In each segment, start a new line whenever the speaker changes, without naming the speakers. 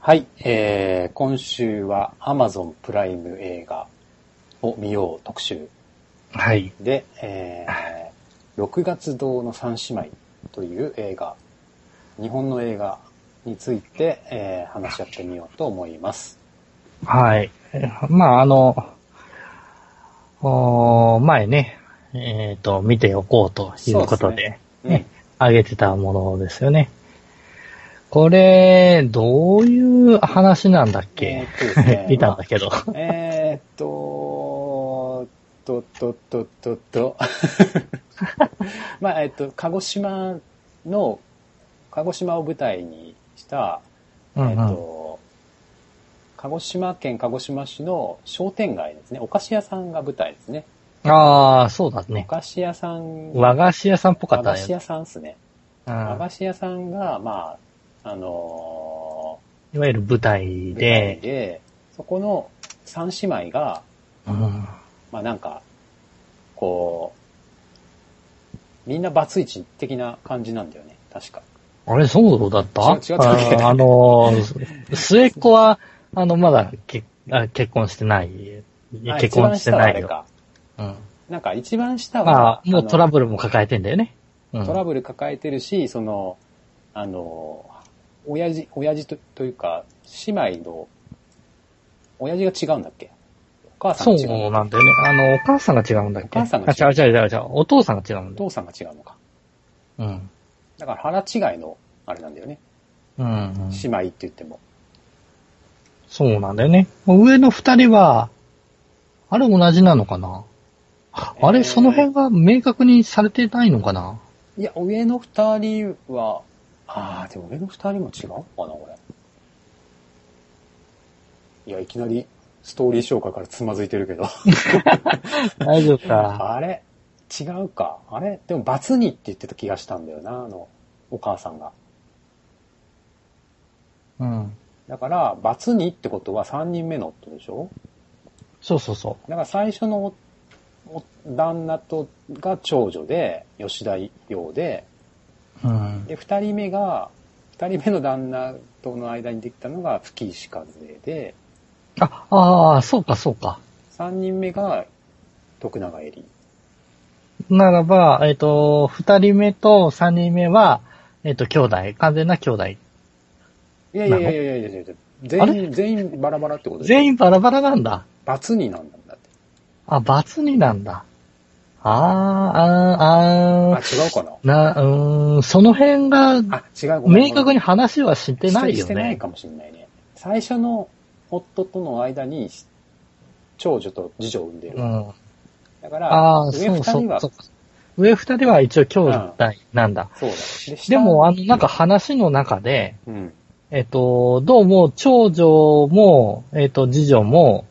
はい、えー、今週は Amazon プライム映画を見よう特集
はい。
で、えー、6月堂の三姉妹という映画、日本の映画について、えー、話し合ってみようと思います。
はい。えまあ、あの、おー前ね、えっ、と、見ておこうということ
そうです
で、
うん。
あ、げてたものですよね。これ、どういう話なんだっ
えー
け、
っとですね
見たんだけど。
えーっと、と、と、と、と、と。 まあ、えっと、鹿児島の、鹿児島を舞台にした、
うん
えっ
うん。
と、鹿児島県鹿児島市の商店街ですね。お菓子屋さんが舞台ですね。
ああ、そうだ
お
ね。
菓子屋さん、
和菓子屋さんっぽか
和
った
菓子
ね。
屋さんですね。
うん
和菓子屋さんが、まあ、あの
いわゆる舞
ー
台
舞台
で、
で、そこの三姉妹が、
うん
まあなんか、こう、みんなバツイチ的な感じなんだよね、確か。
あれ、そうだった
違う違ったっけ
あーあのー、末っ子は、あの、まだけあ結婚してない。
あ
結婚して
一番下
ないよ。
はあれか。
うん、
なんか一番下は
まあ、、もうトラ
ブ
ブルも抱えてんだよね。うん、
トラブル抱えてるし、その、あの、親父、親父とというか、姉妹の、親父が違うんだっけお母さんが違う
そうなんだよね。あの、お母さんが違うんだっけ
お母さんが違う
あ、違う違う違う違う。お父さんが違うん
お
だよ。
父さんが違うのか。
うん。
だから腹違いの、あれなんだよね。
うん、うん。
姉妹って言っても。
そうなんだよね。上の二人は、あれ同じなのかなあ
え
れ、
ー
その辺が明確にされてないのかない
や、上の二人は、ああ、でも上の二人も違うのかな、これ。いや、いきなりストーリー紹介からつまずいてるけど。
大丈夫か。
あれ違うか。あれでも、バツにって言ってた気がしたんだよな、あの、お母さんが。
うん。
だから、バツにってことは三人目の夫でしょ
そうそうそ
だから最初のおお旦那とが長女で、吉田洋で、
う。うん。
で、二人目が、二人目の旦那との間にできたのが吹石和恵で、
あ、ああ、そうか、そうか。
三人目が徳永恵里。
ならば、えっ、と、二人目と三人目は、えっ、と、兄弟、完全な兄弟。
いやいやいやいやいやいやいや
あ
全
れ
員、全員バラバラってことでしょ
全員バラバラなんだ。
バツになんだんだって。
あ、罰になんだ。ああ、あ
あ、
あ、
違うかな
な、うーん、その辺
あ、
が、
違うごめん
明確に話はしてないよ
してない
ね。
かもしれないね。最初の夫との間に、長女と次女を産んでる。
うん。
だか
あ
ら、
あ、
上
そ
二
うそ
人
う
は、
そ。
そう
上二人は一応兄弟なんだ。
うだ。下
でも、あの、なんか話の中で、
うん。
えっと、どうも、長女も、えっと、次女も、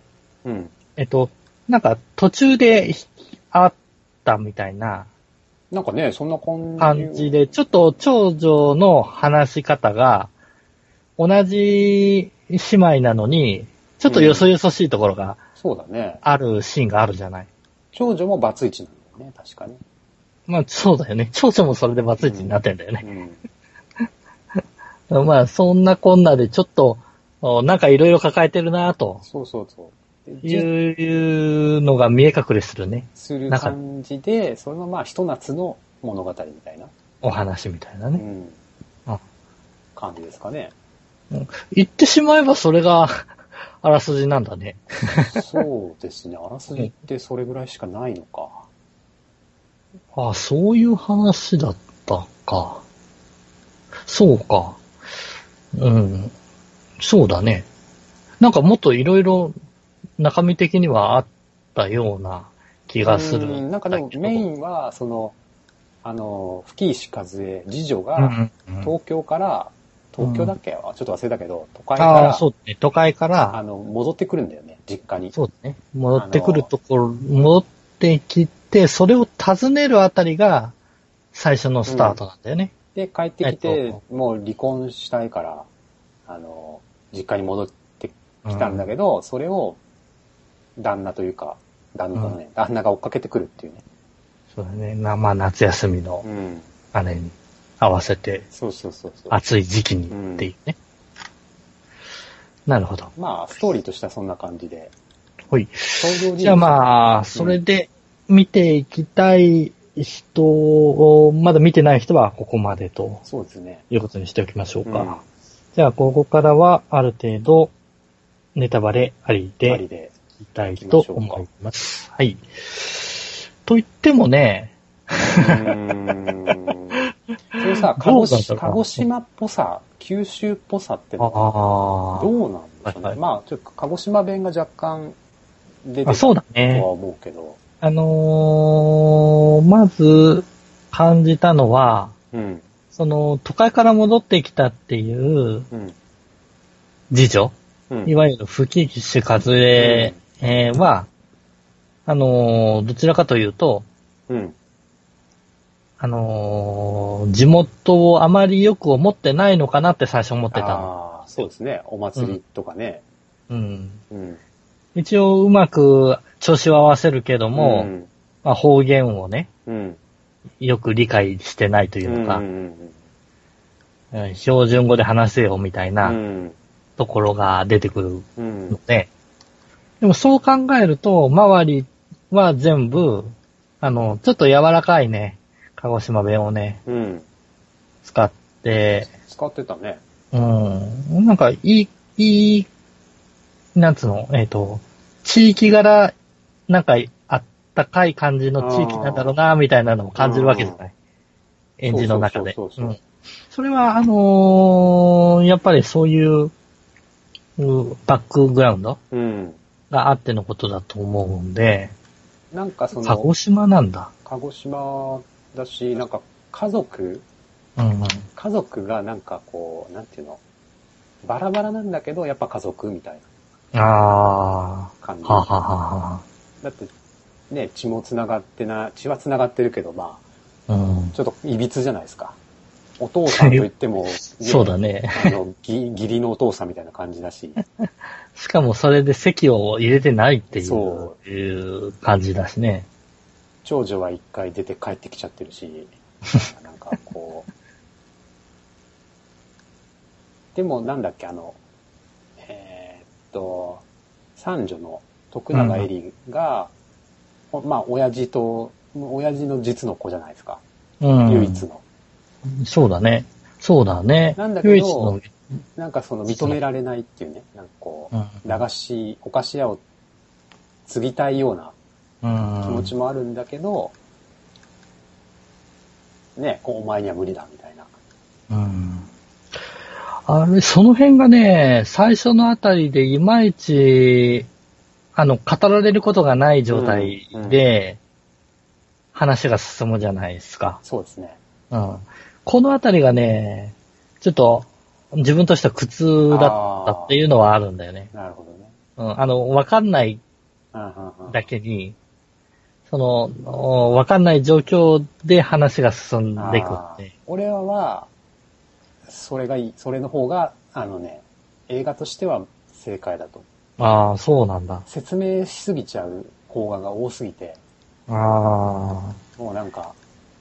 うん。
えっと、なんか途中で会ったみたいな
なんかね、そんな感じ。
感じで、ちょっと長女の話し方が、同じ姉妹なのに、ちょっとよそよそしいところが
そうだね。
あるシーンがあるじゃない。
長女もバツイチなんだよね、確かに。
まあ、そうだよね。長女もそれでバツイチになってんだよね。
うん。
まあ、そんなこんなでちょっと、おなんかいろいろ抱えてるなと
そうそう そう。でじ
いうのが見え隠れするね。
する感じで、そのまあ、ひと夏の物語みたいな、
お話みたいな
う
ね。
ん
あ、
感じですか ね。
言ってしまえばそれがあらすじなんだね。
そうですね。あらすじってそれぐらいしかないのか。
ああ、そういう話だったか。そうか。うん。そうだね。なんかもっといろいろ中身的にはあったような気がする
うんなんかでもメインは、その、あの、吹石和恵、次女が、
うんうん
東京から、東京だっけ、あちょっと忘れたけど、都会か
あ
ら、
あ、
あ
そうね。都会から、
の、戻ってくるんだよね、実家に。
そうだね。戻ってくるところ、戻ってきて、それを訪ねるあたりが最初のスタートなんだよね。
で、帰ってきて、
えっ
もう離婚したいから、あの、実家に戻ってきたんだ
け
けど、それを、旦那というか、旦那がね、旦那が追っかけてくるっていうね。
そうだね。なまあ、夏休みの、
ん。
あれに合わせて、
そうそうそうそう。
暑い時期に
うん
っていうね。なるほど。
まあ、ストーリーとしてはそんな感じで。
ほい。
創業人
じゃあまあ、それで見ていきたい人を、まだ見てない人はここまでと
そうですね。
いうことにしておきましょうか。
うん
じゃあ、ここからはある程度、ネタバレあり
あ
で
り、で。
いきたいと思います。はい。と言ってもね、
うーん。それさ、鹿児
どうだった
島
か
鹿児島っぽさ、九州っぽさってのは
あ
どうなんでしょうね。
はいはい
まあ、ちょっと鹿児島弁が若干出て
あ、
ると
そうだね
は。思うけど。
あのー、まず感じたのは、
うん。
その、都会から戻ってきたっていう
うん。
次女、
うん
いわゆる不景気種和江えーは、あのー、どちらかというと、
うん。
あのー、地元をあまりよく思ってないのかなって最初思ってたの。
ああ、そうですね。お祭りとかね。
うん。
うん。
一応うまく調子を合わせるけども、
うん、
まあ、方言をね、
うん。
よく理解してないというか、
うんうん
うん標準語で話せよみたい
うん。う。
なんところが出てくる
うん
の。で、でもそう考えると、周りは全部、あの、ちょっと柔らかいね、鹿児島弁をね、
うん。
使って、
使ってたね。
うん、なんかいい、いい、なんつうの、えっ、と、地域柄、なんかあったかい感じの地域なんだろうな、みたいなのも感じるわけじゃない。演じの中で。
そうそうそうそう
うんそれは、あのーやっぱりそういう、うバックグラウンド
うん。
があってのことだと思うんで、
なんかそ
鹿児
の、
島なんだ。
鹿児島だし、なんか家族
うんうん。
家族がなんかこう、なんていうのバラバラなんだけど、やっぱ家族みたいな
ああ、は
感じ。
あ、はあはあは
だって、ね、血も繋がってな、血は繋がってるけど、ま
あ、うん
あ、。ちょっといびつじゃないですか。お父さんと言っても、
そうだね。
あの、ぎ義理のお父さんみたいな感じだし。
しかもそれで席を入れてないっていう
そ
いう感じだしね。
長女は一回出て帰ってきちゃってるし、なんかこう。でもなんだっけ、あの、えーっと、三女の徳永エリが、おまあ、親父と、親父の実の子じゃないですか。
うん。
唯一の。
そうだね。そうだね。
なんだけど
唯一の、
なんかその認められないっていうね、なんかこ
うん
う、駄菓子、お菓子屋を継ぎたいような気持ちもあるんだけど、ね、こうお前には無理だみたいな。
うん。あれ、その辺がね、最初のあたりでいまいち、あの、語られることがない状態で、話が進むじゃないですか。
そうですね。
うん。このあたりがね、ちょっと、自分としては苦痛だったっていうのはあるんだよね。
あーなるほどね。
うん。あの、わかんない
うんうんうん
だけに、その、おわかんない状況で話が進んでいく
あ
っ
ー
て。
俺は、それがいい、それの方が、あのね、映画としては正解だと。
ああ、そうなんだ。
説明しすぎちゃう方画が多すぎて、
ああ。
もうなんか、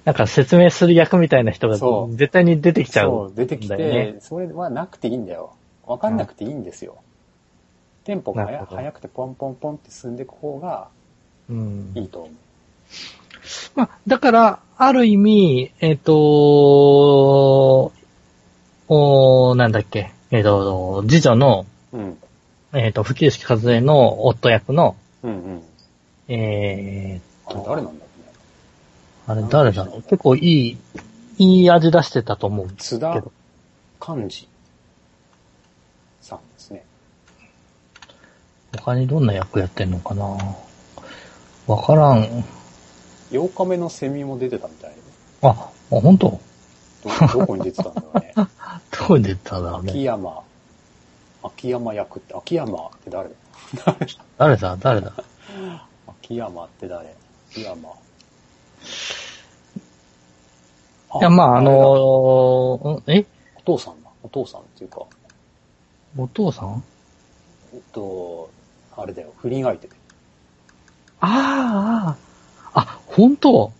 なんか説明する役みたいな人が
そう
絶対に出てきちゃう。
そう、出てきて、
だよね
それはなくていいんだよ。わかんなくていいんですよ。テンポが
なる
速
ほど
速くてポンポンポンって進んでいく方が
うん
いいと思う。
まあ、だから、ある意味、えっ、と、おーなんだっけ、えっ、と、次女の、
うん。
えっ、と、普及式和江の夫役の、
うんうん。
え
あれ誰なんだろうね。
ー、あれ誰だろう結構いい、いい味出してたと思う。
津
け
田
ど
寛治さんですね。
他にどんな役やってんのかなわからん。
8日目のセミも出てたみたい
あ、あ本当
ど、どこに出てたんだろう ね。
どう出たんだろう
秋
ね。
山、秋山役って、秋山って誰だ
誰だ誰だ
秋山って誰秋山。
いや、まあ、あ
れ
の
だお
ー、んえ
父さんだ。お父さんっていうか、
お父さん
えっと、あれだよ、不倫相手で。
ああ、あ、本当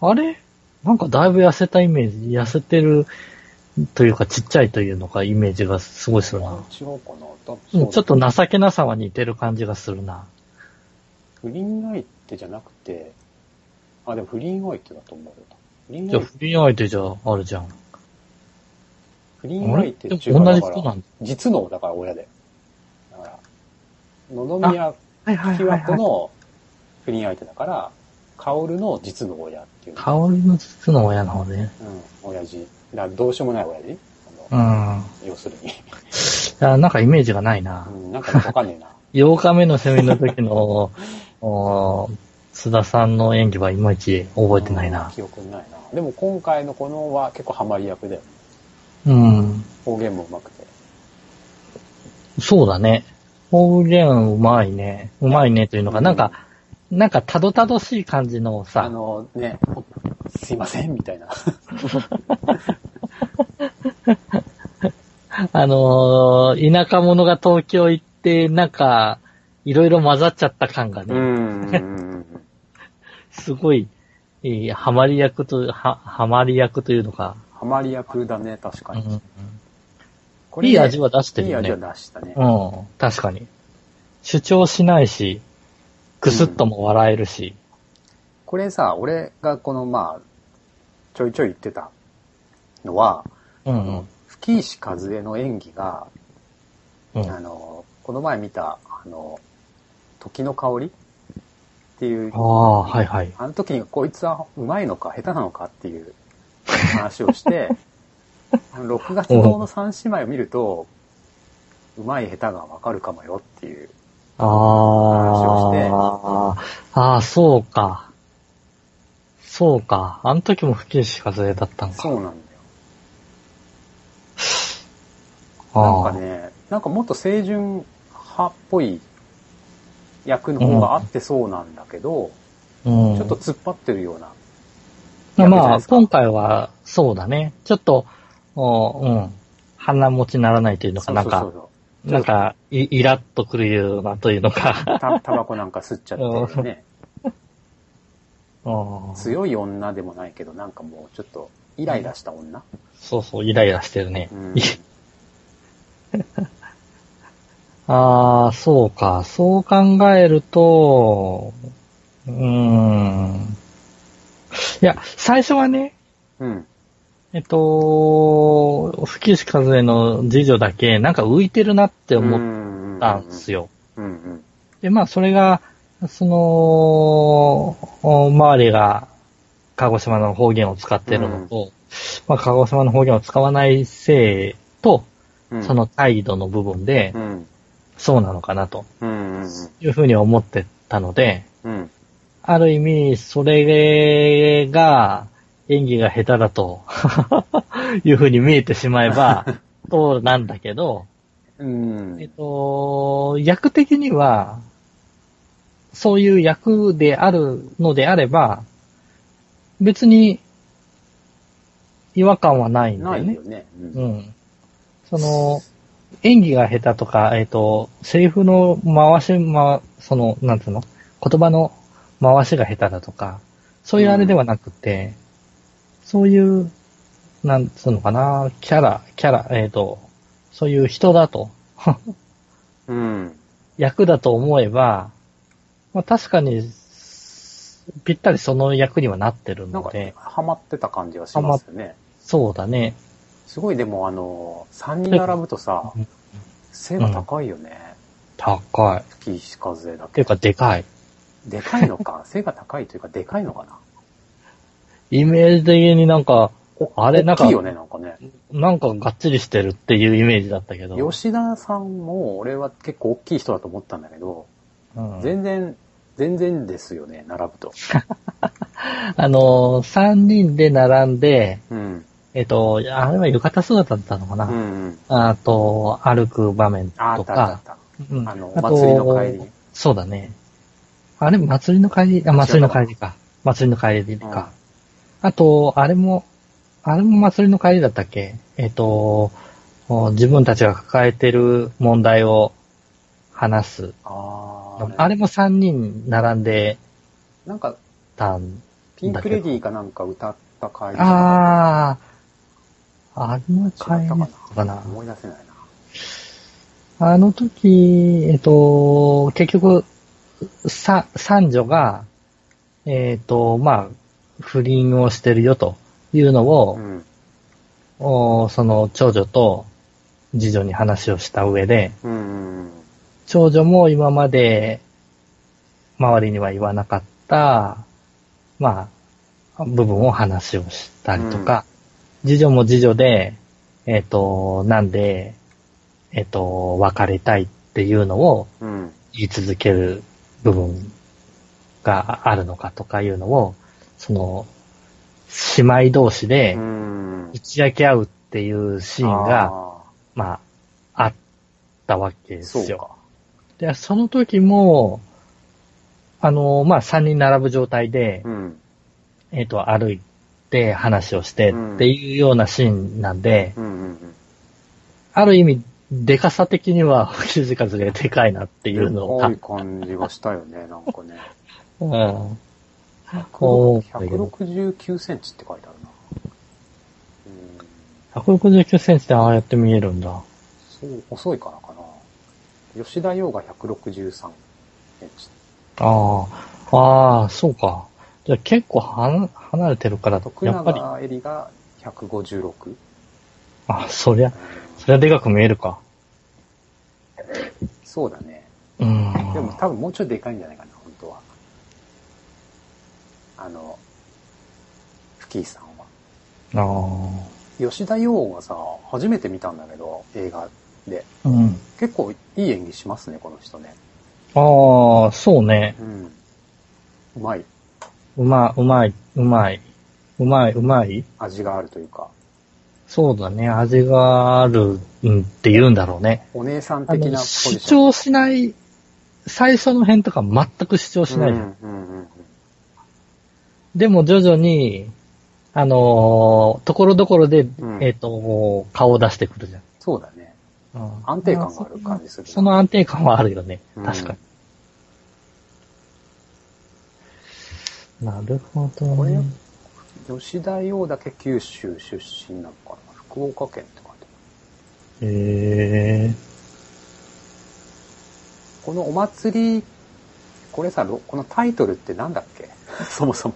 あれなんかだいぶ痩せたイメージ、痩せてるというかちっちゃいというのかイメージがすごいするな。
違うかなだ
うんちょっと
そうだ
情けなさは似てる感じがするな。
不倫相手じゃなくて、あ、でも不倫相手だと思うよ。不倫
じゃあ
相
不倫相手じゃあるじゃん。
不倫
あ
相
れ
手
でも
っていうか、
同
だ
じ
か
こと
ら、
なんだ。
実のだから親で。だから、野々宮
はいは
ひわこの不倫相手だから、薫の実の親っていう。
香りの実の親の方ね。
うん、親父。だからどうしようもない親父あ
う
の
ん。
要するに。
あなんかイメージがないな
う。ん、なんかわかんねえな。
8日目のセミの 時の、お須田さんの演技はいまいち 覚えてない
うん
な。
記憶にないな。でも今回のこのは結構ハマり役だよ。
うん。
方言もうまくて。
そうだね。方言うまいね。うまいねというの
う
か、
ん
なんか、なんかたどたどしい感じの
あ
さ、
のね、おすいません、みたいな。
あのー田舎者が東京行って、なんか、いろいろ混ざっちゃった感がね、
ん。
すごい、えーハマり役と、は、ハマり役というのか、
ハマり役だね、確か
う
に。
ん
こ
いい味は出して
い
る
い
よね。
味は出したね。
うん、確かに。主張しないし、くすっとも笑えるし、
これさ、俺がこのまあ、ちょいちょい言ってたのは、
うん、
あ
う
の
ん、
吹石和恵の演技が、
うん、
あの、この前見た、あの、時の香りっていう
あ、あ、はいはい。
あの時にこいつはうまいのか下手なのかっていう話をして、あの6月号の三姉妹を見ると、うまい下手がわかるかもよっていう。
あ
をして
あ、ああ、そうか。そうか。あの時も不景しかずれだったのか。
そうなんだよ。
あ
なんかね、なんかもっと清純派っぽい役の方が合ってそうなんだけど、
あうん、
ちょっと突っ張ってるような。役じゃない
ま
で
あ、
すか
今回は、そうだね。ちょっと、おうん。鼻持ちならないというのか、なん
そう
か、
そうそう
なんか、いイラッとくるようなという のか。
そうたタバコなんか吸っちゃってね。
うん
強い女でもないけど、なんかもうちょっとイライラした女、
そうそう、イライラしてるね。
うん、
ああ、そうか。そう考えると、うーん。いや、最初はね、
うん。
えっと、吹石和恵の次女だけ、なんか浮いてるなって思っ
思
たんですよ。
うんうん。
で、まあ、それが、その、お周りが、鹿児島の方言を使ってるのと、まあ、鹿児島の方言を使わないせいと、
うん。
その態度の部分で
う、ん、
そうなのかなと
うん。うん。
いうふうに思ってたので、
うん。
ある意味、それが、演技が下手だと、 いうふうに見えてしまえば、そうなんだけど、
うん。うん
えっと、役的には、そういう役であるのであれば、別に違和感はないんだ
な
よ
い
ね
よ。ね。
う
うん
ん。その、演技が下手とか、えっ、と、セリフの回し、ま、その、なんつうの言葉の回しが下手だとか、そういうあれではなくて、そういう、なんつうのかな、キャラ、キャラ、えっ、と、そういう人だと、
うん。
役だと思えば、まあ確かに、ぴったりその役にはなってる
なん
の
か、
で、
ハマってた感じがしますよね。
そうだね。
すごい、でも、あの、三人並ぶとさ
うん、
背が高いよね。
高い。
吹石風だけ
ていう。か、でかい。
でかいの か。背が高いというか、でかいのかな。
イメージ的になんか、あれ、なん
大
か
きい、よね、なんかね。
なんかがっちりしてるっていうイメージだったけど。
吉田さんも、俺は結構大きい人だと思ったんだけど、
うん
全然、全然ですよね、並ぶと。
あのー、三人で並んで、
うん。
えっ、と、あれは浴衣姿だったのか
う
な、
んうん。
あと、歩く場面
ああ
と
ったあ
か
っ、たあっ
うん
た。あの、お
あと
祭りの帰りに。
そうだね。あれ、祭りの帰り、あ、祭りの帰りか。祭りの帰りか。あと、あれも、あれも祭りの帰りだったっけえっ、と、お自分たちが抱えてる問題を話す。
あ
あ
あ。
れも三人並んで
なんか、
たん。
ピンクレディーかなんか歌った帰り。
ああ、あれは変えなかったかな。
思い出せないな。
あの時、えっと、結局、さ、三女が、えっと、まあ、不倫をしてるよというの
う
を、
ん。
おその長女と次女に話をした上で、
うんうんうん。
長女も今まで周りには言わなかった、まあ、部分を話をしたりとか、次女も次女で、えっ、と、なんで、えっ、と、別れたいっていうのを
うん。
言い続ける部分があるのかとかいうのを、その、姉妹同士で
うん。
打ち明け合うっていうシーンが、
あ
まあ、あったわけで
ー、
す
そう
よ。
か。
で、その時も、あの、まあ、3人並ぶ状態で
う、ん。
えっ、と、歩いて話をして
うん
っていうようなシーンなんで、
うんうんうん。
ある意味、デカさ的には、星字数がでかいなっていうのを
多
か
い、感じがしたよね、 なんかね。
うん。こう思う
169センチって書いてあるな。うん。
169センチでああやって見えるんだ。
そう、遅いからかな。吉田洋が163センチ。
ああ、ああ、そうか。じゃあ結構は離れてるから、
徳
やっぱり、
永絵里が156。
あ、そりゃ、そりゃでかく見えるか。
そうだね。
うん。
でも多分もうちょいでかいんじゃないかな、本当は。あの、フキーさんは。
ああ
吉田洋はさ、初めて見たんだけど、映画で。
ー。うん。
結構いい演技しますね、この人ね。
ああ、そうね。
うん。うまい。
うま、うまい、うまい。うまい、うまい。
味があるというか、
そうだね。味がある、うんって言うんだろうね。
お姉さん
あ
的なポ
の、
ジショ
主
ン。
張しない、最初の辺とか全く主張しない。
うんうんうんうん。
でも徐々に、あのーところどころで、
ん
えっ、と、顔を出してくるじゃん。
そうだね。
うん
安定感がある感じするな
その安定感はあるよね。
うん
確かに。なるほど、
これ
ね。
吉田洋だけ九州出身なのかな福岡県って書いてある。
へえ。
このお祭り、これさ、ろこのタイトルってなんだっけ そもそも。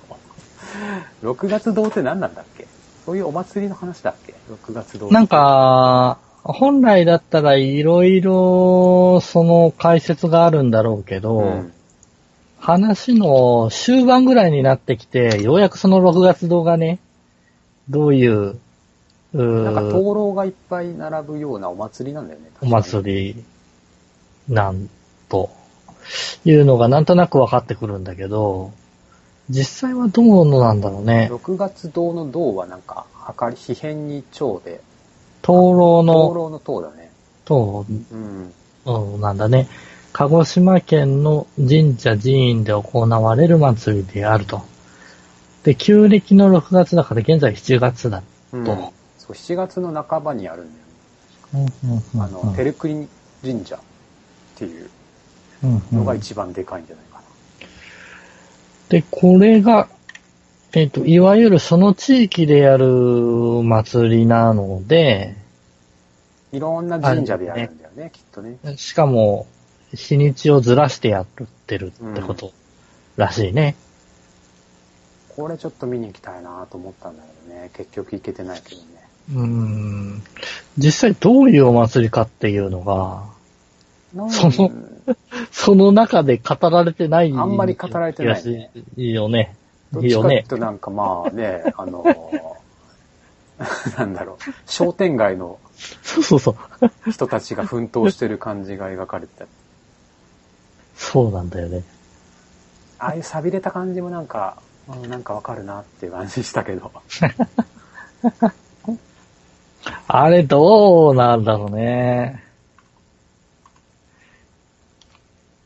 6月堂って何なんだっけそういうお祭りの話だっけ ?6 月堂。
なん、か、本来だったらいろいろ、その解説があるんだろうけど、
うん。
話の終盤ぐらいになってきて、ようやくその6月動画ね、どういう、うー
なんか灯籠がいっぱい並ぶようなお祭りなんだよね。
お
り。
祭り、なんと、いうのがなんとなく分かってくるんだけど、実際はどうなんだろうね。
6月堂の堂はなんか、はかり、秘変に蝶で、
灯籠
灯
の
籠の塔だね。
塔
うん。
うんなんだね。鹿児島県の神社寺院で行われる祭りであると。で、旧暦の6月だから現在7月だ。
うん
と
そう、7月の半ばにあるんだよね。
うん
あの、テルクリ神社っていうのが一番でかいんじゃないかな。
で、これが、えっ、と、いわゆるその地域でやる祭りなので、
いろんな神社でやるんだよね、きっとね。
しかも、日にちをずらしてやってるってことらしいね。
これちょっと見に行きたいなと思ったんだけどね。結局行けてないけどね。
うーん。実際どういうお祭りかっていうのが、
なん
そのその中で語られてない。
あんまり語られてないね
いいよね。
どっ
いい
ち
よ
かっていう
ね。
となんかまあね、あの、 なんだろう、商店街の
そうそうそう。
人たちが奮闘してる感じが描かれてた。
そうなんだよね。
ああいう寂れた感じもなんか、うんなんかわかるなっていう感じしたけど。
あれどうなんだろうね。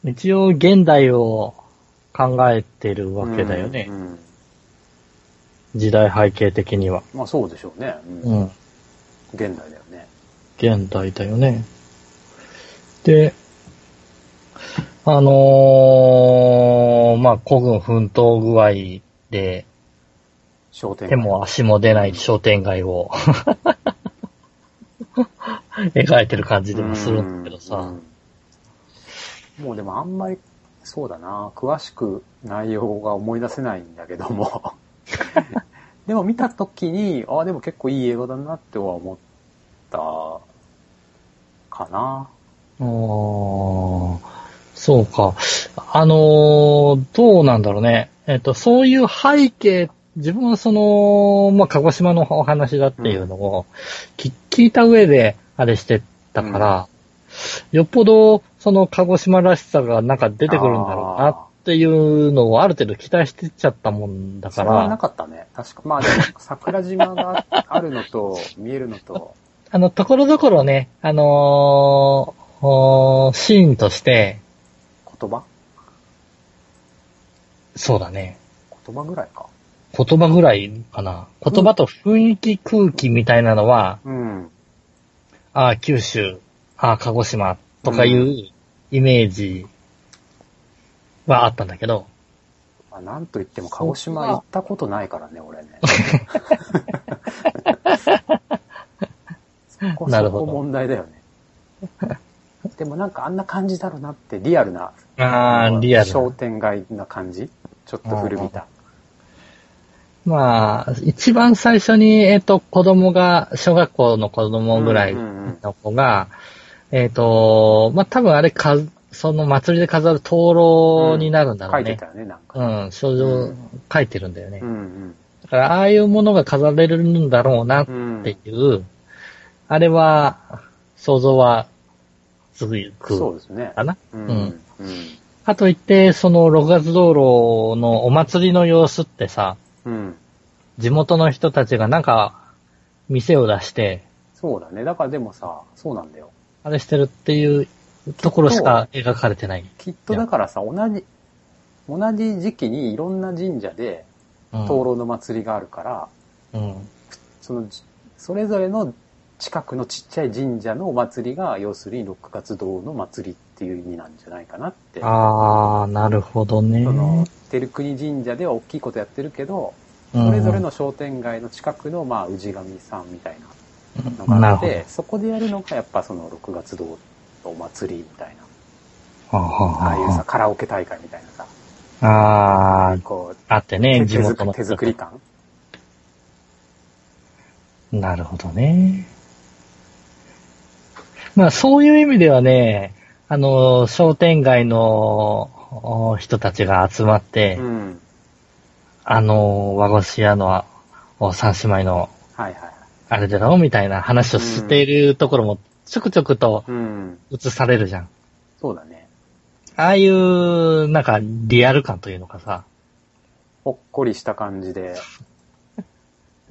一応現代を考えてるわけだよね
う。んうん
時代背景的には。
まあそうでしょうね。う
うんん。
現代だよね。
現代だよね。で、あのーまあ、古軍奮闘具合で、
商店
手
街。
も足も出ない商店街を 描いてる感じでもするんだけどさ。
うんもうでもあんまり、そうだな、詳しく内容が思い出せないんだけども。 でも見たときに、ああ、でも結構いい映画だなっては思ったかな。
あーそうか。あのーどうなんだろうね。えっと、そういう背景、自分はその、まあ、鹿児島のお話だっていうのを、き聞いた上で、あれしてたから、よっぽど、その鹿児島らしさがなんか出てくるんだろうなっていうのをある程度期待してっちゃったもんだ
そ
か
れはな
ら、
かったね。確か。まあでも、桜島があるのと、見えるのと、
あの、ところどころね、あのーおーシーンとして、
言葉
そうだね。
言葉ぐらいか。
言葉ぐらいかな。言葉と雰囲気、空気みたいなのは、
うん。
ああ、九州、ああ、鹿児島とかいううイメージはあったんだけど、
まあ、なんと言っても鹿児島
そうか
行ったことないからね、俺 ね。そこ
なる
そ
ほ
こ
ど
問題だよね。でもなんかあんな感じだろうなって、リアルな、
ああ、リアルな。
商店街な感じちょっと古びた。
まあ、一番最初に、えっ、と、子供が、小学校の子供ぐらい
うんうんうん
の子が、えっ、と、まあ多分あれか、その祭りで飾る灯籠になるんだろ
書
う
いて
ね
た。よね、なんか。
うん、症
う
状
ん
書いてるんだよね。
うん
だから、ああいうものが飾れるんだろうなっ
うん。
ていう、あれは、想像は、すぐ行
そう
く
ですね。
かな。
うん。
うん
うん。
かといって、その、6月道路のお祭りの様子ってさ、
うん。
地元の人たちがなんか、店を出して、
そうだね。だからでもさ、そうなんだよ。
あれしてるっていうところしか描かれてない。
きっとだからさ、同じ、同じ時期にいろんな神社で
う
灯
ん。
籠の祭りがあるから、
うん。
その、じそれぞれの近くのちっちゃい神社のお祭りが、要するに六月堂の祭りっていう意味なんじゃないかなって。
あー、なるほどね。
その、照国神社では大きいことやってるけど、
うん
それぞれの商店街の近くの、まあ、氏神さんみたいなの
な
があ
る
っ
ほど
て、そこでやるのがやっぱその六月堂のお祭りみたいな。
はあはあ
ああいう
は
さ、カラオケ大会みたいなさ、
ああー、
こう、
あってね、
手
地
手
元
作り
の人
手
たち
作り感
なるほどね。まあそういう意味ではね、あの、商店街のお人たちが集まって、
うん。
あの、和越屋のお三姉妹の
はいはいはい。
あれだろうみたいな話をしているところもちょくちょくと
うん。
映されるじゃん。
そうだね。
ああいう、なんかリアル感というのかさ。
ほっこりした感じで。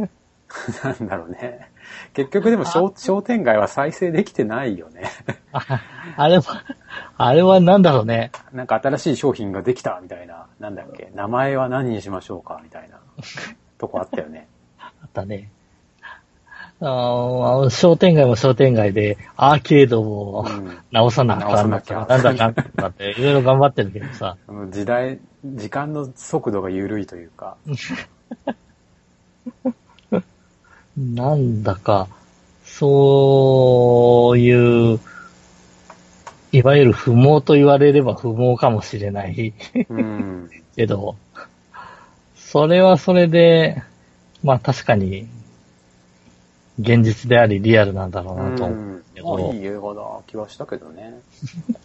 なんだろうね。結局でも商商店街は再生できてないよね。
ああれは、 あれはなんだろうね。
なんか新しい商品ができたみたいな、なんだっけ、名前は何にしましょうかみたいなとこあったよね。
あったね。あー商店街も商店街で、アーケード
う
も
ん
直さなあかんなとか、な
直
ん
さ
だ
なきゃ
かんだとかって、いろいろ頑張ってるけどさ。
その時代、時間の速度が緩いというか。
なんだか、そういう、いわゆる不毛と言われれば不毛かもしれない
うん。
けど、それはそれで、まあ確かに、現実でありリアルなんだろうなと
う
思う。
んまあいい映画だ気はしたけどね。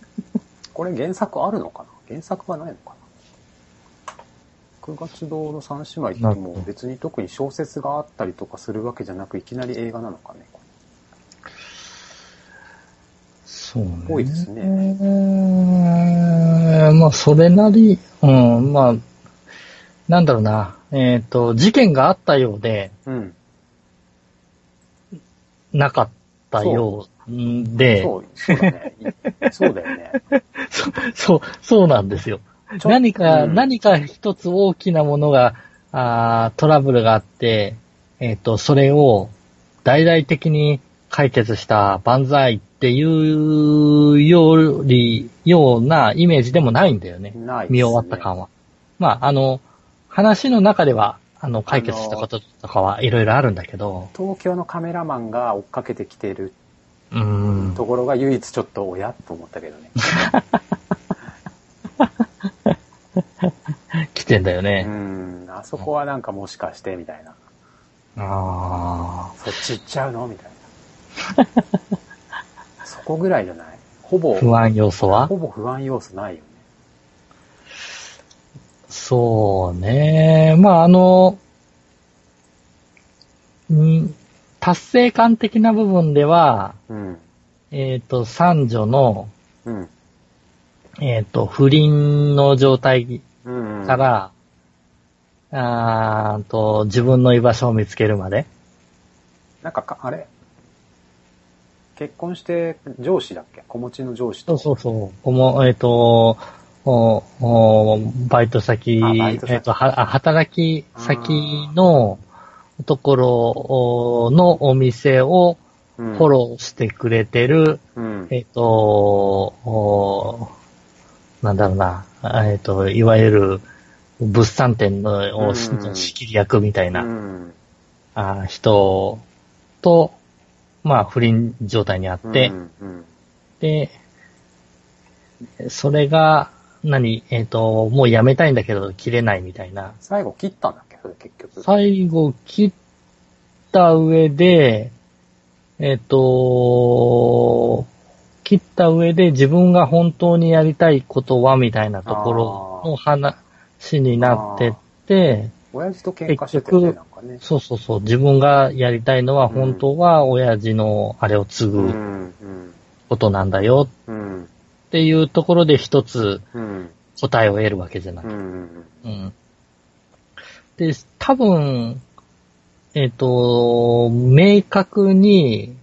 これ原作あるのかな原作はないのかな九月堂の三姉妹ってもう別に特に小説があったりとかするわけじゃなくいきなり映画なのかね。
そうね。
多いですね
えーまあ、それなり、うん、まあ、なんだろうな。えっ、と、事件があったようで、
うん。
なかったようで、
そう、そうだね。いそうだよ ね。
そう、そう、そうなんですよ。
ちょ
何か、
うん
何か一つ大きなものが、あートラブルがあって、えっ、と、それを大々的に解決した万歳っていうより、ようなイメージでもないんだよね。
ないっすね
見終わった感は。まあ、あの、話の中では、あの、解決したこととかはいろいろあるんだけど、
東京のカメラマンが追っかけてきてる
うん。
ところが唯一ちょっと親と思ったけどね。
来てんだよ
う
ね。
ん、あそこはなんかもしかしてみたいな。
あ
そっち行っちゃうのみたいな。そこぐらいじゃないほぼ、
あ。不安要素は
ほぼ不安要素ないよね。
そうね。まあ、あの、うん、達成感的な部分では、
うん。
えっ、と、三女の、
うん。
えっ、と、不倫の状態
うん。
か、ら、あーと、自分の居場所を見つけるまで。
なんかか、あれ結婚して上司だっけ子持ちの上司
そ
と。
うそうそう。こも、えっ、と、おおバイト先、
あバイト先
えっ、と、は、あ働き先のところおのお店を
う
フ
ん
ォローしてくれてる、
うん。
えっ、と、おなんだろうな、えっ、と、いわゆる物産店の
う
お
ん
仕切り役みたいな、
うん
あ人と、まあ、不倫状態にあって、
うんうん
で、それが、何えっ、と、もうやめたいんだけど、切れないみたいな。
最後切ったんだっけそれ結局。
最後、切った上で、えっ、と、切った上で自分が本当にやりたいことは、みたいなところの話になってって、
親父と喧嘩してたよね、
結
なんかね。
そうそうそう、自分がやりたいのは本当は親父のあれを継
う
ぐ
ん、うん、
ことなんだよ
うん、
っていうところで一つ
うん、
答えを得るわけじゃなく
うん、うん、
うん。で、多分、えっ、と、明確に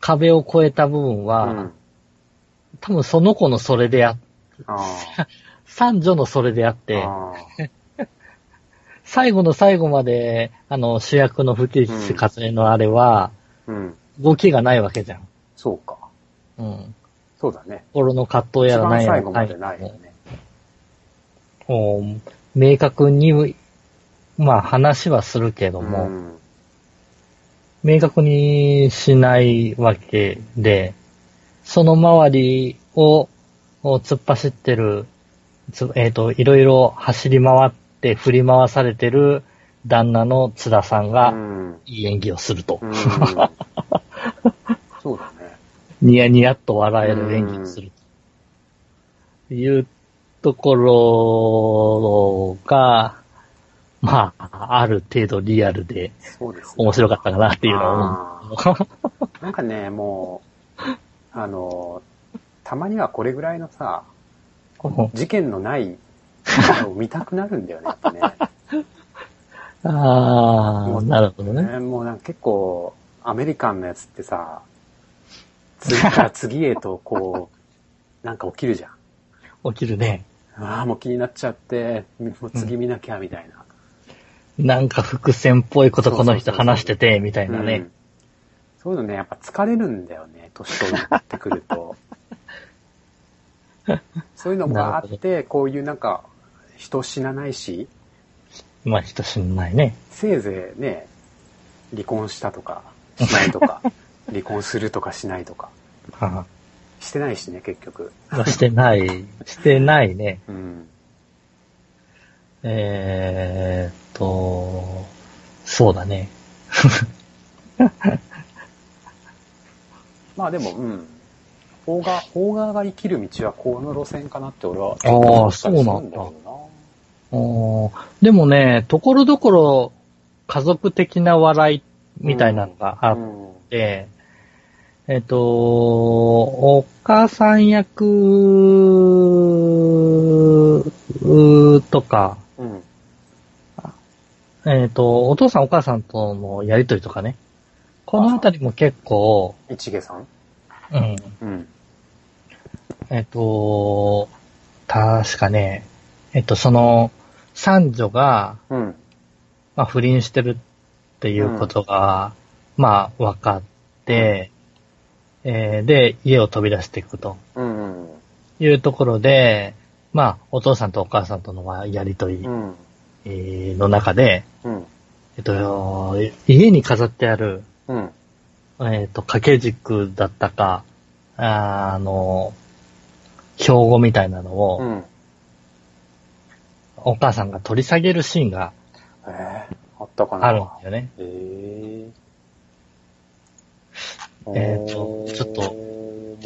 壁を越えた部分は、
うん
多分その子のそれであ、
あー
三女のそれであって、
あー
最後の最後まで、あの、主役の不吉
うん
勝江のあれは、
うん、
動きがないわけじゃん。
そうか。
うん。
そうだね。
心の葛
一
藤やらな
番
いやら
最後までないよね。
もう明確に、まあ話はするけども、
ん、
明確にしないわけで、その周りをを突っ走ってる、つえっ、と、いろいろ走り回って振り回されてる旦那の津田さん
う
が、
ん、
いい演技をすると
う。んそうだね。
ニヤニヤっと笑える演技をすると。いうところが、まあ、ある程度リアルで
そうです、ね。
面白かったかなっていうのを。
あ ーなんかね、もう、あの、たまにはこれぐらいのさ、事件のないのを見たくなるんだよね、やっぱね。
ああ、なるほどね。
ねもうなんか結構、アメリカンのやつってさ、次から次へとこう、なんか起きるじゃん。
起きるね。
ああ、もう気になっちゃって、もう次見なきゃ、みたいな。
なんか伏線っぽいことこの人
そうそうそうそう
話してて、みたいな
う
ね
ん。そういうのね、やっぱ疲れるんだよね、年取ってくる と。そういうのがあっ
な
て、こういうなんか、人死なないし、
まあ、人知んないね。
せいぜいね、離婚したとか、しないと か、離婚するとかしないとか、
あ
してないしね、結局。
あ まあしてない、してないね。
うん。
えーっと、そうだね。
まあでも、うん。邦画、邦画が生きる道はこの路線かなって俺は。
ああそうなんだおーでもね、ところどころ家族的な笑いみたいなのがあ
あ
って、えーっと、お母さん役とか、
うん。
えっ、と、お父さんお母さんとのやりとりとかね。このあたりも結構、
一毛さん
うん。
うん。
えっ、と、確かね、えっ、と、その、三女が、
うん。
まあ、不倫してるっていうことが、まあ、分かって、えーで、家を飛び出していくと
うん。
いうところで、まあ、お父さんとお母さんとのまあやりとり
うん。
えーの中で、
うん。
えっ、と、家に飾ってある、
うん。
えっ、と、掛け軸だったか、あーあの、標語みたいなの
う
を、
ん。
お母さんが取り下げるシーンが
えー、あったかな
あるんだよね。
えー
えーとちょっと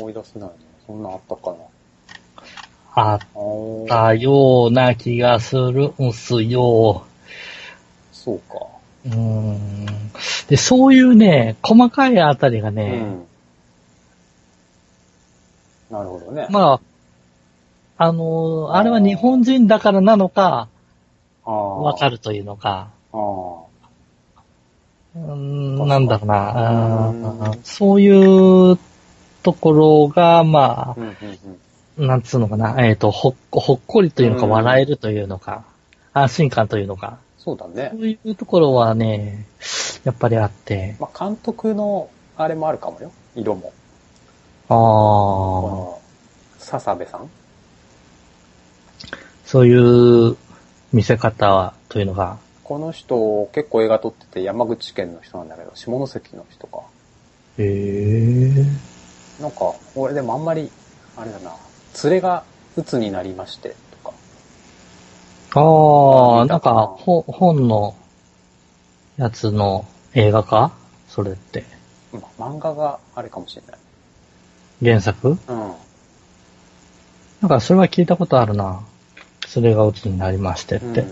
思い出せないね。そんなんあったかな。
あ
あ
っ
ー
たような気がするんすよ。
そうか。
うーん。で、そういうね、細かいあたりが
う
ね、
ん。なるほどね。
まあ、あのーあれは日本人だからなのか、
ああ。
わかるというのか、
ああ。
うーんなんだろうな、あ
う
ー
ん
そういうところが、ま
うんうんうん。
あ、なんつうのかな、えっ、と、ほっ、ほっこりというのか、
うん
笑えるというのか、安心感というのか、
そうだね
そ。ういうところはね、やっぱりあって、
まあ、監督の、あれもあるかもよ。色も。こ
ああ、
の、笹部さん
そういう見せ方というのが、
この人、結構映画撮ってて山口県の人なんだけど、下関の人か。
へえ、
なんか、俺でもあんまり、あれだな、連れが鬱になりまして、とか。
あ
あ
あ、
見
な
た
ん
かな
か、ほ本のやつの映画化それって。
ま漫画があれかもしれない。
原作
うん。
なんか、それは聞いたことあるな。それがうちになりましてっ
うん
て。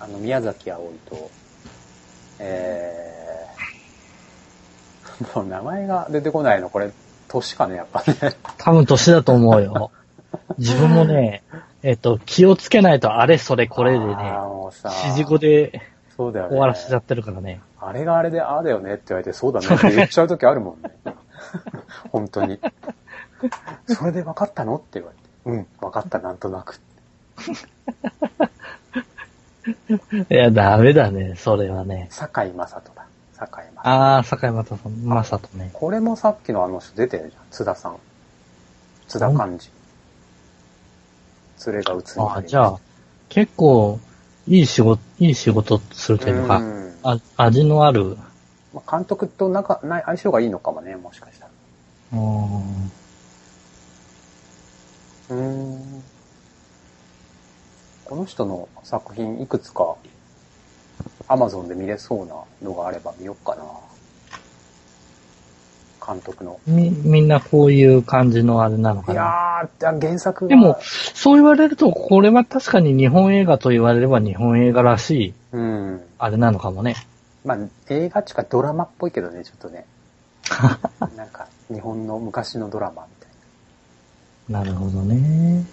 あの、宮崎葵と、えー、 もう名前が出てこないの、これ、年かね、やっぱね。
多分年だと思 うよ。自分もね、えっ、と、気をつけないとあれそれこれでね、
あーもうさ、
指示語で
そうだよね。
終わらせちゃってるからね。
あれがあれで、ああだよねって言われて、そうだねって言っちゃう時あるもんね。 本当 に。それで分かったのって言われて。うん、分かった、なんとなく。
いや、ダメだね、それはね。
堺井正人だ。堺井正人。
あー、坂井正人まさとね。
これもさっきのあの人出てるじゃん。津田さん。津田漢字。連れがうつに
あ
なりま
ー
した
じゃあ、結構、いい仕事、いい仕事するという
う
か、
ん
あ味のある、
まあ監督と仲ない相性がいいのかもね、もしかしたら。
うーん
うーんこの人の作品いくつか Amazon で見れそうなのがあれば見よっかな。監督の。
み、みんなこういう感じのあれなの
い
かな。
やー、原作が。
でも、そう言われると、これは確かに日本映画と言われれば日本映画らしい、
うん。
あれなのかもね。
まあ、映画っちゅうかドラマっぽいけどね、ちょっと ね。なんか、日本の昔のドラマみたい
なるほどね。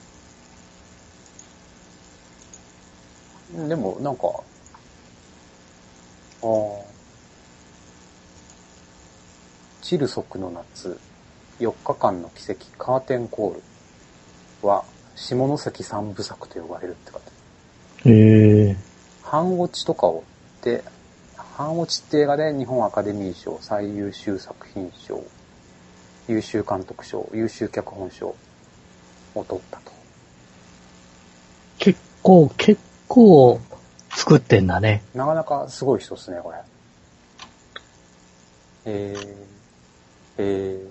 なうん。でも、なんか、あーチルソクの夏、4日間の奇跡、カーテンコールは、下関三部作と呼ばれるって書いてある
へえ。
半落ちとかを追って、半落ちって映画で日本アカデミー賞、最優秀作品賞、優秀監督賞、優秀脚本賞を取ったと。
結構、結構、作ってんだね。
なかなかすごい人ですね、これ。えー、えー、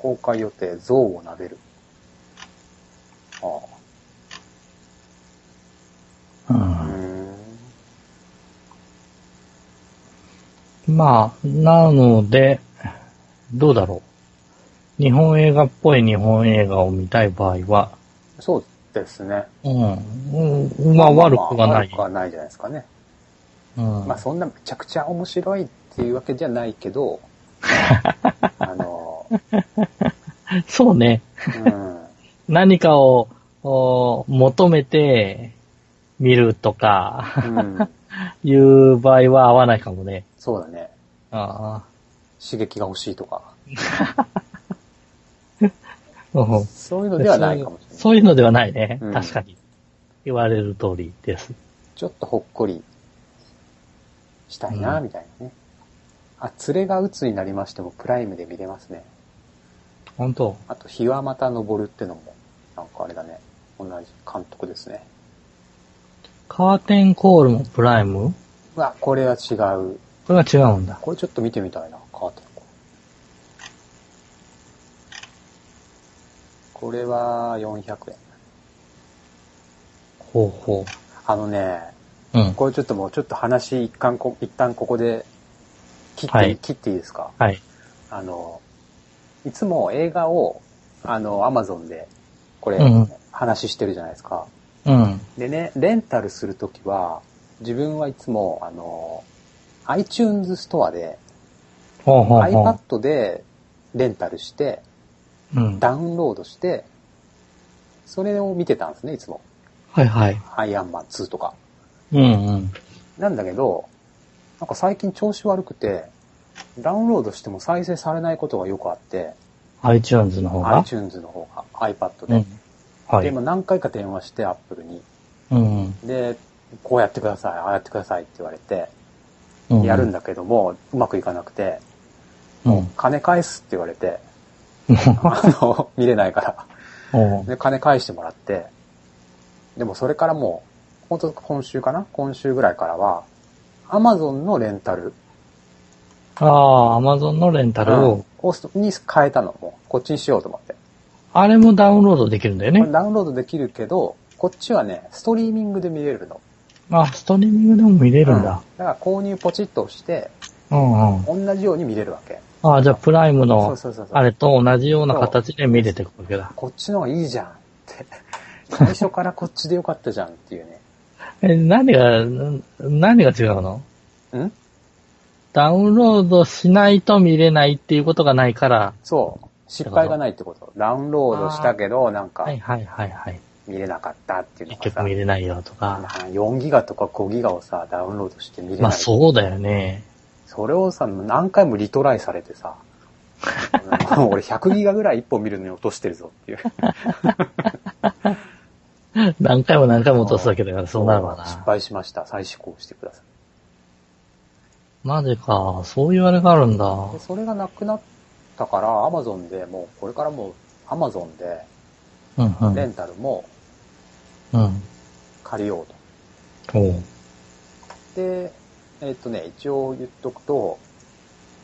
公開予定、象をなでる。ああ。う
う。
んーん。
まあ、なので、どうだろう。日本映画っぽい日本映画を見たい場合は、
そうですね。
うん。うん、まあ、悪くはない
悪。くはないじゃないですかね。
うん。
まあそんなめちゃくちゃ面白いっていうわけじゃないけ ど、あの、
そうね。
うん、
何かを、お求めて、見るとか、
うん、
いう場合は合わないかもね。
そうだね。
あ
刺激が欲しいとか、
あ。うん
そういうのではないかもしれない。
そういうのではないね。
うん
確かに。言われる通りです。
ちょっとほっこりしたいな、
うん
みたいなね。あ、連れが鬱になりましてもプライムで見れますね。
本当
あと、日はまた昇るってのも、なんかあれだね。同じ監督ですね。
カーテンコールもプライム
うわ、これは違う。
これが違うんだ。
これちょっと見てみたいな、カーテン。これは400円。
ほうほ
あのね、
う。うん。
これちょっともうちょっと話一旦こ、一旦ここで切って、
はい
切っていいですか
はい。
あの、いつも映画を、あの、アマゾンで、これ、
うん
話してるじゃないですか。
うん。
でね、レンタルするときは、自分はいつも、あの、iTunes ストアで、
ほうほうほう。
iPad でレンタルして、
うん。
ダウンロードして、それを見てたんですね、いつも。
はいはい。
アイアンマン2とか。
うんうん。
なんだけど、なんか最近調子悪くて、ダウンロードしても再生されないことがよくあって、
iTunes の方が
iTunes の方が、iPad
う
で
ん。。は
で
い。
も何回か電話して、Apple に。
うん。
で、こうやってください、ああやってくださいって言われて、
うん。
やるんだけども、うまくいかなくて、
うん。
金返すって言われ て、
うん。
あの、見れないから。
うん
で、金返してもらって、でもそれからもう、本当今週かな今週ぐらいからは、Amazon のレンタル
ああ、Amazon のレンタル
うん
を、
をすに変えたのも、こっちにしようと思って。
あれもダウンロードできるんだよ
これ
ね。
ダウンロードできるけど、こっちはね、ストリーミングで見れるの。
あ、ストリーミングでも見れるんだ。
だから購入ポチッと押して、
うんうん。
同じように見れるわけ。
ああ、じゃあプライム
そう
の、
そうそうそう。
あれと同じような形で見れてくわけだ。
こっちの方がいいじゃんって。 最初からこっちでよかったじゃんっていうね。
え、何が、ん何が違うの
ん
ダウンロードしないと見れないっていうことがないから。
そう。失敗がないってこと。ダウンロードしたけど、なんか
はいはいはいはい。
見れなかったっていうのが
結
さ
局見。れないよと
ま
か。
あ4ギガとか5ギガをさ、ダウンロードして見れない。
まあそうだよね。
それをさ、何回もリトライされてさ、 もう俺100ギガぐらい1本見るのに落としてるぞっていう。
何回も何回も落とすわけだから そうなるわ
失
な。
敗しました。再試行してくださ
マジか。そういうあれがあるんだ。
い。で、それがなくなったから、Amazon でもう、これからもう Amazon で
うんう
レ
ん。
ンタルも
うん。
借りようと。
おう。
で、えっとね、一応言っとくと、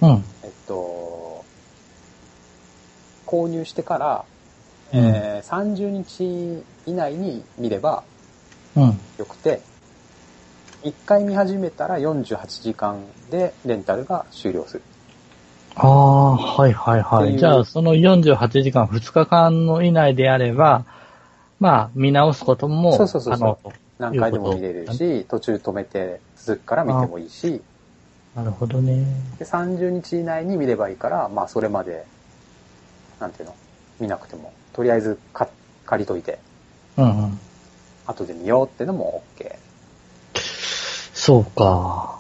うん。
えっと、購入してから、
うん
えー30日以内に見れば
うん。
よくて、1回見始めたら48時間でレンタルが終了する。
ああ、はいはい
っ
は
ていう
い。じゃあ、その48時間2日間の以内であれば、まあ、見直すことも、
そうそうそう
あ
そう
の、
何回でも見れるし、途中止めて続くから見てもいいし、
なるほどね。
で30日以内に見ればいいから、まあそれまで、なんていうの、見なくても、とりあえずか借りといて、
うんうん。
後で見ようってのも OK。
そうか。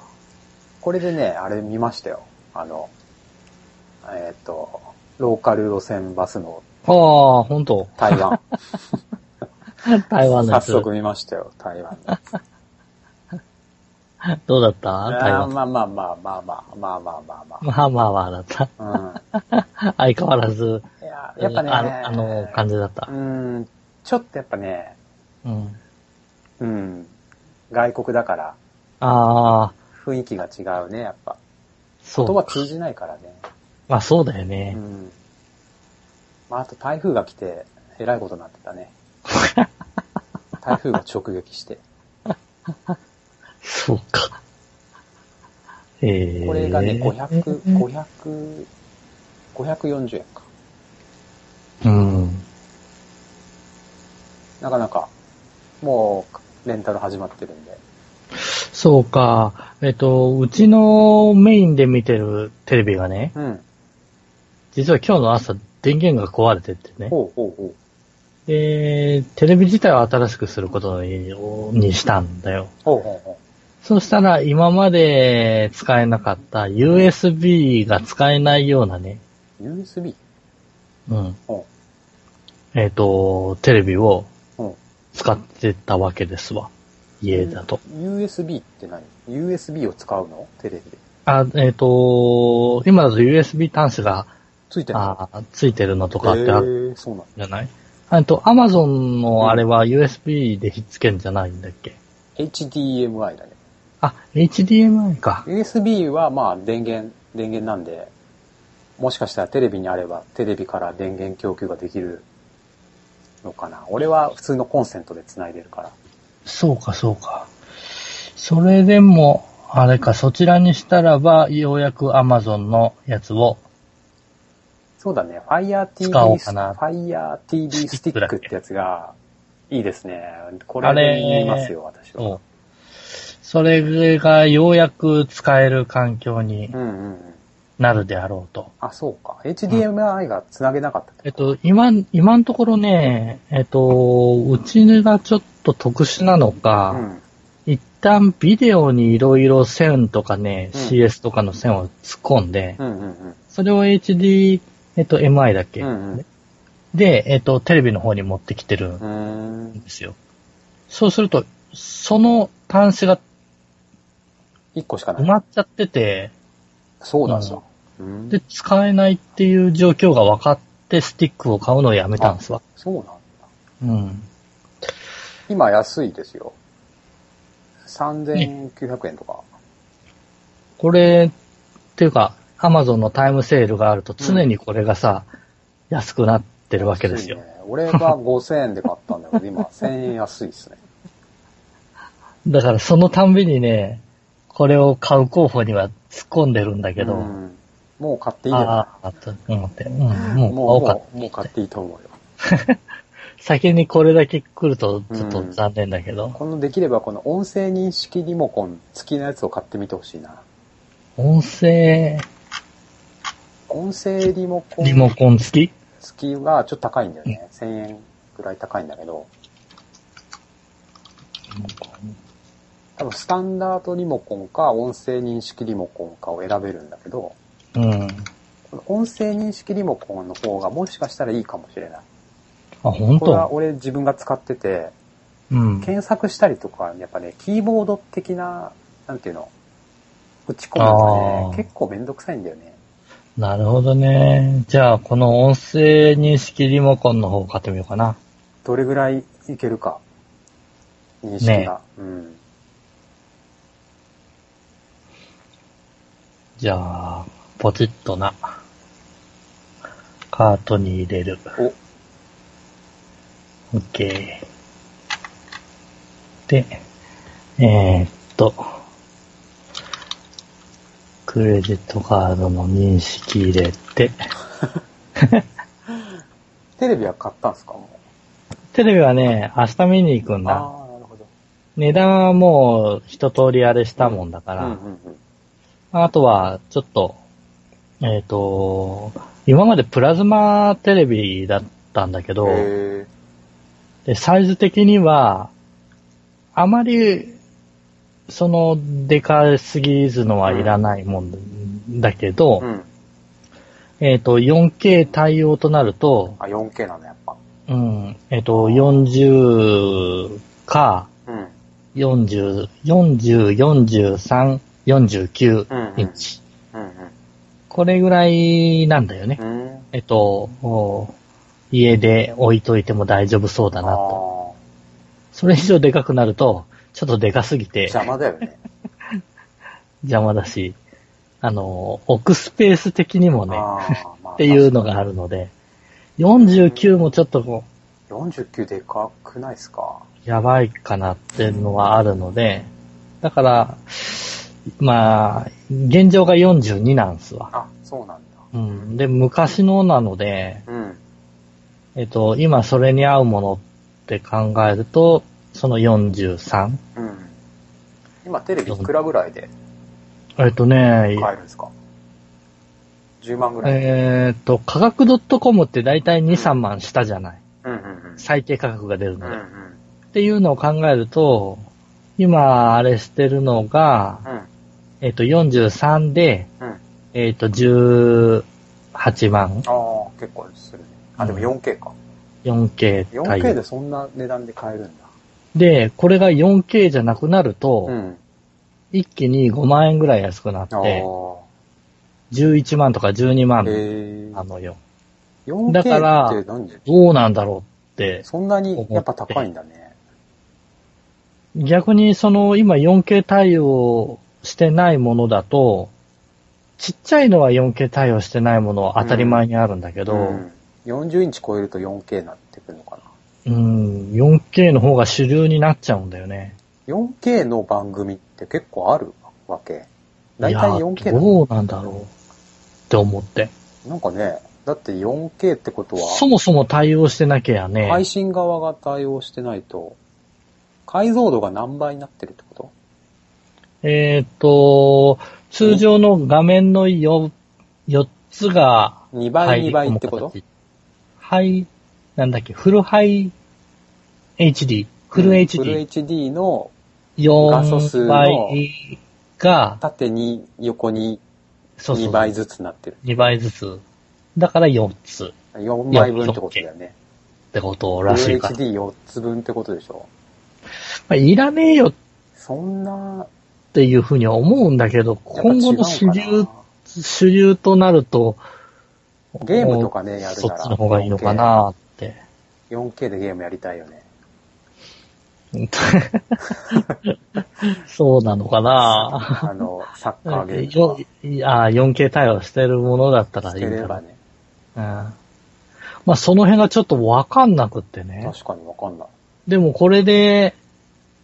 これでね、あれ見ましたよ。あの、えっ、と、ローカル路線バスの
ああ、本当
台湾。
台湾の
早
やつ。
速見ましたよ、台湾のやつ。
どうだった
あ
台
ー
湾。
まあまあまあまあまあまあまあまあまあ
まあまあまあだった。
ま
相変わらず、
あ。うん。いや、やっぱね、
あのあの感じだった
う。ん、ちょっとやっぱね、
うん。
うん、外国だから
ああ、
雰囲気が違うね、やっぱ。
そ
言葉
う。
通じないからね。
まあそうだよ
う
ね。
ん。まあ、あと台風が来て、えらいことになってた ね。台風が直撃して。
そうか。ええ
これがね、500、500、540円か。
うん。
なかなか、もう、レンタル始まってるんで。
そうか。えっと、うちのメインで見てるテレビがね、
うん。
実は今日の朝電源が壊れてってね。
ほうほうほ
で、テレビ自体を新しくすることににしたんだよ。
う。ほうほうほ
そしたら今まで使えなかった USB が使えないようなね、
う。USB?
うん。
ほ
えっ、と、テレビを
う。ほ
使ってたわけですわ。
う。
家だと。。
USB って何 ?USB を使うのテレビで。
あ、えっ、と、今だと USB 端子が、
ついてるの
あついてるのとかってある
へーそうなの。
じゃないあと、Amazon のあれは USB でひっつけんじゃないんだっけ
HDMI だね。
あ、HDMI か。
USB はまあ電源、電源なんで、もしかしたらテレビにあればテレビから電源供給ができるのかな。俺は普通のコンセントで繋いでるから。
そうか、そうか。それでも、あれか、そちらにしたらば、ようやく Amazon のやつを、
そうだね。Fire TV,
使おうかな
Fire TV ス
ス
ティ
ティック
ッ
だ
ク
っ
っ
け
てやつが、いいですね。こ
あ
れ
れ
にいますよ、私は。
うんそれがようやく使える環境に
うんうんうん。
なるであろうと。
あ、そうか。HDMI が繋げなかったって
えっと、今、今のところね、えっと、うちがちょっと特殊なの
う
か、
ん。
一旦ビデオにいろいろ線とかね、
うん
CS とかの線を突っ込んで、
うんうんうん。
それを HD、えっと、MI だっけ、
うんうん
で、えっと、テレビの方に持ってきてるん
うーん
で。すよ。そうすると、その端子が
一個しかな
埋
い。
まっちゃってて、
そうなんだ。うん
で、使えないっていう状況が分かって、スティックを買うのをやめたんですわ。
そうなんだ。
うん。
今安いですよ。3900円とか。
これ、っていうか、アマゾンのタイムセールがあると常にこれがさ、安くなってるわけですよ。
安いね。俺は5000円で買ったんだけど、今1000円安いですね。
だからそのたんびにね、これを買う候補には突っ込んでるんだけど、
うんもう買っていいよ。
ああ、と思って、うん、も
もう、
う買おうか
も。う、もう買っていいと思うよ。
先にこれだけ来るとちょっと残念だけど、
このできればこの音声認識リモコン付きのやつを買ってみてほしいな。
音声
音声リモコン
リモコン付き
付きはちょっと高いんだよね。1000円ぐらい高いんだけど、多分スタンダードリモコンか音声認識リモコンかを選べるんだけど、
うん。
この音声認識リモコンの方がもしかしたらいいかもしれない。
あ、本
これは
当
俺自分が使ってて、
うん。
検索したりとか、やっぱね、キーボード的な、なんていうの、打ち込むのが
あ
ね、
ー
結構めんどくさいんだよね。
なるほどね。じゃあ、この音声認識リモコンの方を買ってみようかな。
どれぐらいいけるか、認識が。うん。
じゃあ、ポチッとな。カートに入れる。
お、
OK。で、えーっと、クレジットカードの認識入れて、
テレビは買ったんですかも
テレビはね、明日見に行くん
う。
だ。
ああ、なるほど。
値段はもう一通りあれしたもんだか
う
ら、
んうんうん。
あとはちょっと、えーっ、と、今までプラズマテレビだったんだけど、
へ
で、サイズ的には、あまり、その、でかすぎずのはいらないもんだけど、
ーうん。
えっ、と、4K 対応となると、
あ、4K なんだ、やっぱ。
うん、えっ、と、40か、
うん。
40、40、43、49
うん。う
イ
ん
ン。チ。
うん
これぐらいなんだよね。
うん。うん。
えっ、と、お家で置いといても大丈夫そうだなと。
ああ。
それ以上でかくなると、ちょっとでかすぎて。
邪魔だよね。
邪魔だし、あの、置くスペース的にもね、
あーまあ
っていうのがあるので、49もちょっとこ
49でかくないですか
う、やばいかなっていうのはあるので、だから、まあ、現状が42なんすわ。
あ、そうなんだ。
うん。で、昔のなので、
うん。
えっと、今それに合うものって考えると、その 43?
うん。今テレビいくらぐらいで
えっとね、
買えるんですか ?10 万ぐらい。
えっと、価格 .com って大体2、3万したじゃない。
うんうん
最低価格が出る
うん。う
の
ん
で
う。ん。
っていうのを考えると、今、あれしてるのが、
うん。
えっ、と、43で、
うん。
えっ、と、18万
ああ、結構するね。あ、でも 4K か。
4K 対
4K
応
で。そんな値段で買えるんだ。
で、これが 4K じゃなくなると、
ん。
一気に5万円ぐらい安くなっ
ああ。
て、11万とか12万
ええ
なのよ。
4K
だから
って何
どうなんだろうって、
そんなにやっぱ高いんだね。
逆にその今 4K 対応してないものだと、ちっちゃいのは 4K 対応してないものは当たり前にあるんだけど、
うん40インチ超えると 4K になってくるのか
うん、4K の方が主流になっちゃうんだよね。
な。4K の番組って結構あるわけ。だいたい
や
4K なの
どうなんだろうって思って。
なんかね、だって 4K ってこと
そ
は、
もそも対応してなきゃね。
配信側が対応してないと、解像度が何倍になってるってこと
えーっと、通常の画面の 4, 4つが
?2 倍、2倍ってこと
入り込む形ハイ、なんだっけ、フルハイ HD、フル
フル
HD、
HD の画素数
4
の
倍が、
縦に横に
そうそう
2倍ずつなってる。
2倍ずつ。だから4つ
4倍分ってことだよね。
ってことらしいから。
HD4 つ分ってことでしょ。
まあ、いらねえよっ
そんな、
ていうふうには思うんだけど、
やっぱ違
今後
うか
の
な
主流、主流となると、
ゲームとかね、やる
そ
な
っ
ら。
ちの方がいいのかなって。
4K。4K でゲームやりたいよね。
そうなのかな
あの、サッカー ゲームと
よ
か
いあ 4K 対応してるものだったら
し
いい
て
ん
れ
だろ
ば
う。
ね。
うんまあその辺がちょっとわかんなくってね。
確かにわかんない。
でもこれで、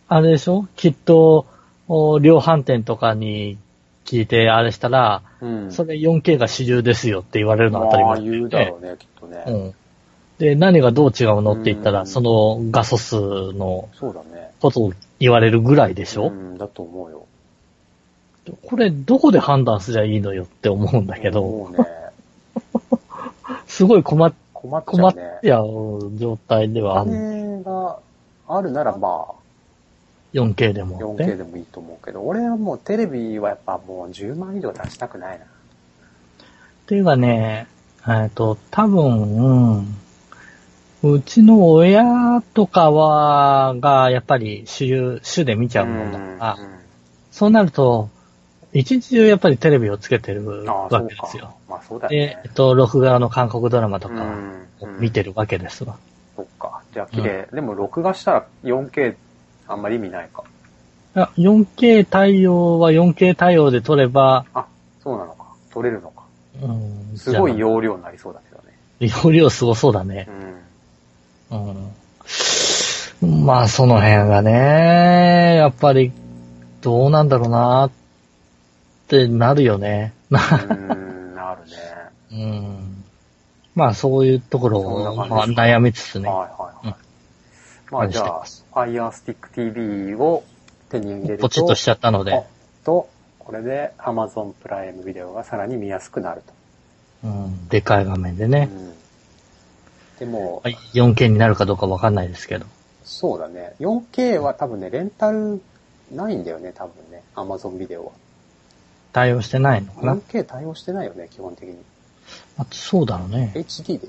あれでしょきっと、お量販店とかに聞いてあれしたら、
うん。
それ 4K が主流ですよって言われるのは当たり
まあ
前
言うだろうね、きっとね。
うん。で、何がどう違うのって言った
う
ら、
ん
その画素数の
そうだね。
ことを言われるぐらいでし
う
ょ、
ん、だと思うよ。
これどこで判断すりゃいいのよって思うんだけど、
もうね、
すごい困っ
困っちゃ
困
う
っ
ね。
てやう状態で
お
はある、
金があるならま
4K で
あ、
もって。
4K でもいいと思うけど、俺はもうテレビはやっぱもう10万以上出したくないな。
っていうかね、えっと、多分、うん、うちの親とかは、が、やっぱり主流、主で見ちゃうもんだから、
うん
そうなると、一日中やっぱりテレビをつけてる
あ
わ
あ、そ
け
う
で
か
すよ。。
まあそうだよ
で
ね、
えっ。と、録画の韓国ドラマと
う
か
ん
を見てるわけですわ。
そっか。じゃあ綺麗。でも録画したら 4K あんまり意味ないか。
あ 4K 対応は 4K 対応で撮れば、
そうなのか。撮れるのか。
うん、
すごい
じゃ
容量になりそうだけどね。
あ。容量すごそうだね。
うん。
うんまあ、その辺がね、やっぱり、どうなんだろうな、ってなるよね。な
うん、あるね。
うん。まあ、そういうところ
そん
を、
な
まあ
感じです
悩みつつね。
はいはいはい。ま
感
あ
じ
じ
し
ゃ
て
あ
ま、す
Firestick TV を手に入れると。
ポチッとしちゃったので
あ。と、これで Amazon プライムビデオがさらに見やすくなると。
うん、でかい画面で
う
ね。
ん、でも、
はい 4K になるかどうかわかんないですけど。
そうだね。4K は多分ね、レンタルないんだよね、多分ね。Amazon ビデオは。
対応してないのかな、
4K 対応してないよね、基本的に。
あとそうだろうね。
HD で。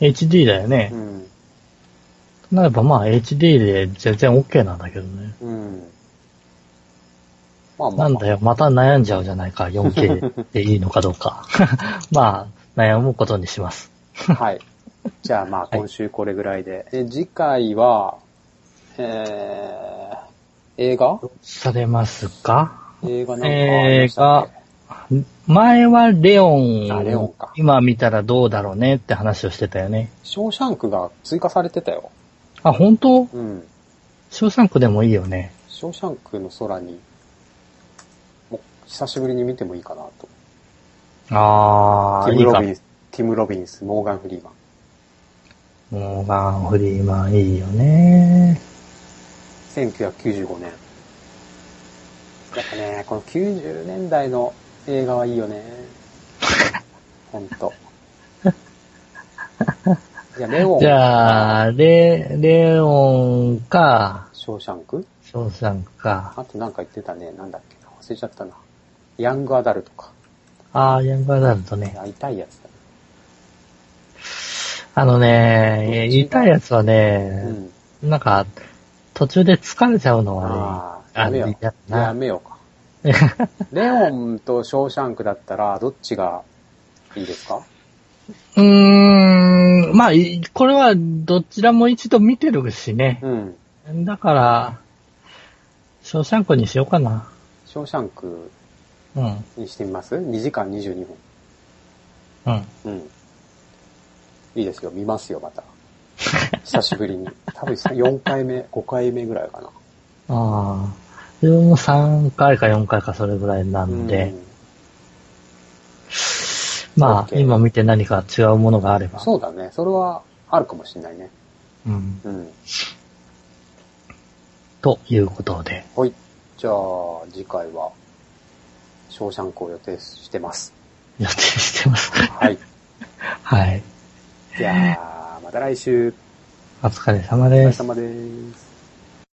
HD だよね
う。ん。
なればまあ HD で全然 OK なんだけどね。
うん。まあま
な
あ、
ん
まあ
だ、よ、また悩んじゃうじゃないか、4K でいいのかどうか。 まあ、悩むことにします。
はい。じゃあまあ、
い
今週これぐらいで。え次回は、えー、映画
されますか
映画なんかありましたっけ
前はレオン
あレオンか
今見たらどうだろうねって話をしてたよね。
ショーシャンクが追加されてたよ。
あ、本当
うん。
ショーシャンクでもいいよね。
ショーシャンクの空に、もう久しぶりに見てもいいかなと。
あ
テ
ー、
ィ
い
ム・
い
ロ
か
ビ。ンス、ティム・ロビンス、モーガン・フリーマン。
モーガン・フリーマンいいよね。
1995年。やっぱね、この90年代の映画はいいよね。ほんと。じゃあ、レオン。
じゃあ、レ、レオンか、
ショーシャンク
ショーシャンクか。
あとなんか言ってたね。なんだっけな。忘れちゃったな。ヤングアダルトか。
あー、ヤングアダルトね。
あ痛いやつだね。
あの
ど
ね、
っち
痛いやつは
う
ね、
ん。
なんか、途中で疲れちゃうのはね、
ああ、やめよ
あや
う。
な
やめようか。レオンとショーシャンクだったら、どっちがいいですか
うーん、まあ、いこれはどちらも一度見てるしね、
うん。
だから、ショーシャンクにしようかな。
ショーシャンク
うん。
にしてみます ?2 時間22分。
うん。
うん。いいですよ。見ますよ、また。久しぶりに。多分さ4回目、5回目ぐらいかな。
ああ。自分も3回か4回かそれぐらいなんで、まあ、
OK
今見て何か違うものがあれ
うん
ば。
そうだね。それはあるかもしれないね。
うん。
うん。
ということで。
はい。じゃあ、次回は、ショーシャンクを予定してます。
予定してます。
はい。
はい。
じゃあ、また来週、
お疲れ様
お疲
で
れ
す。
様です。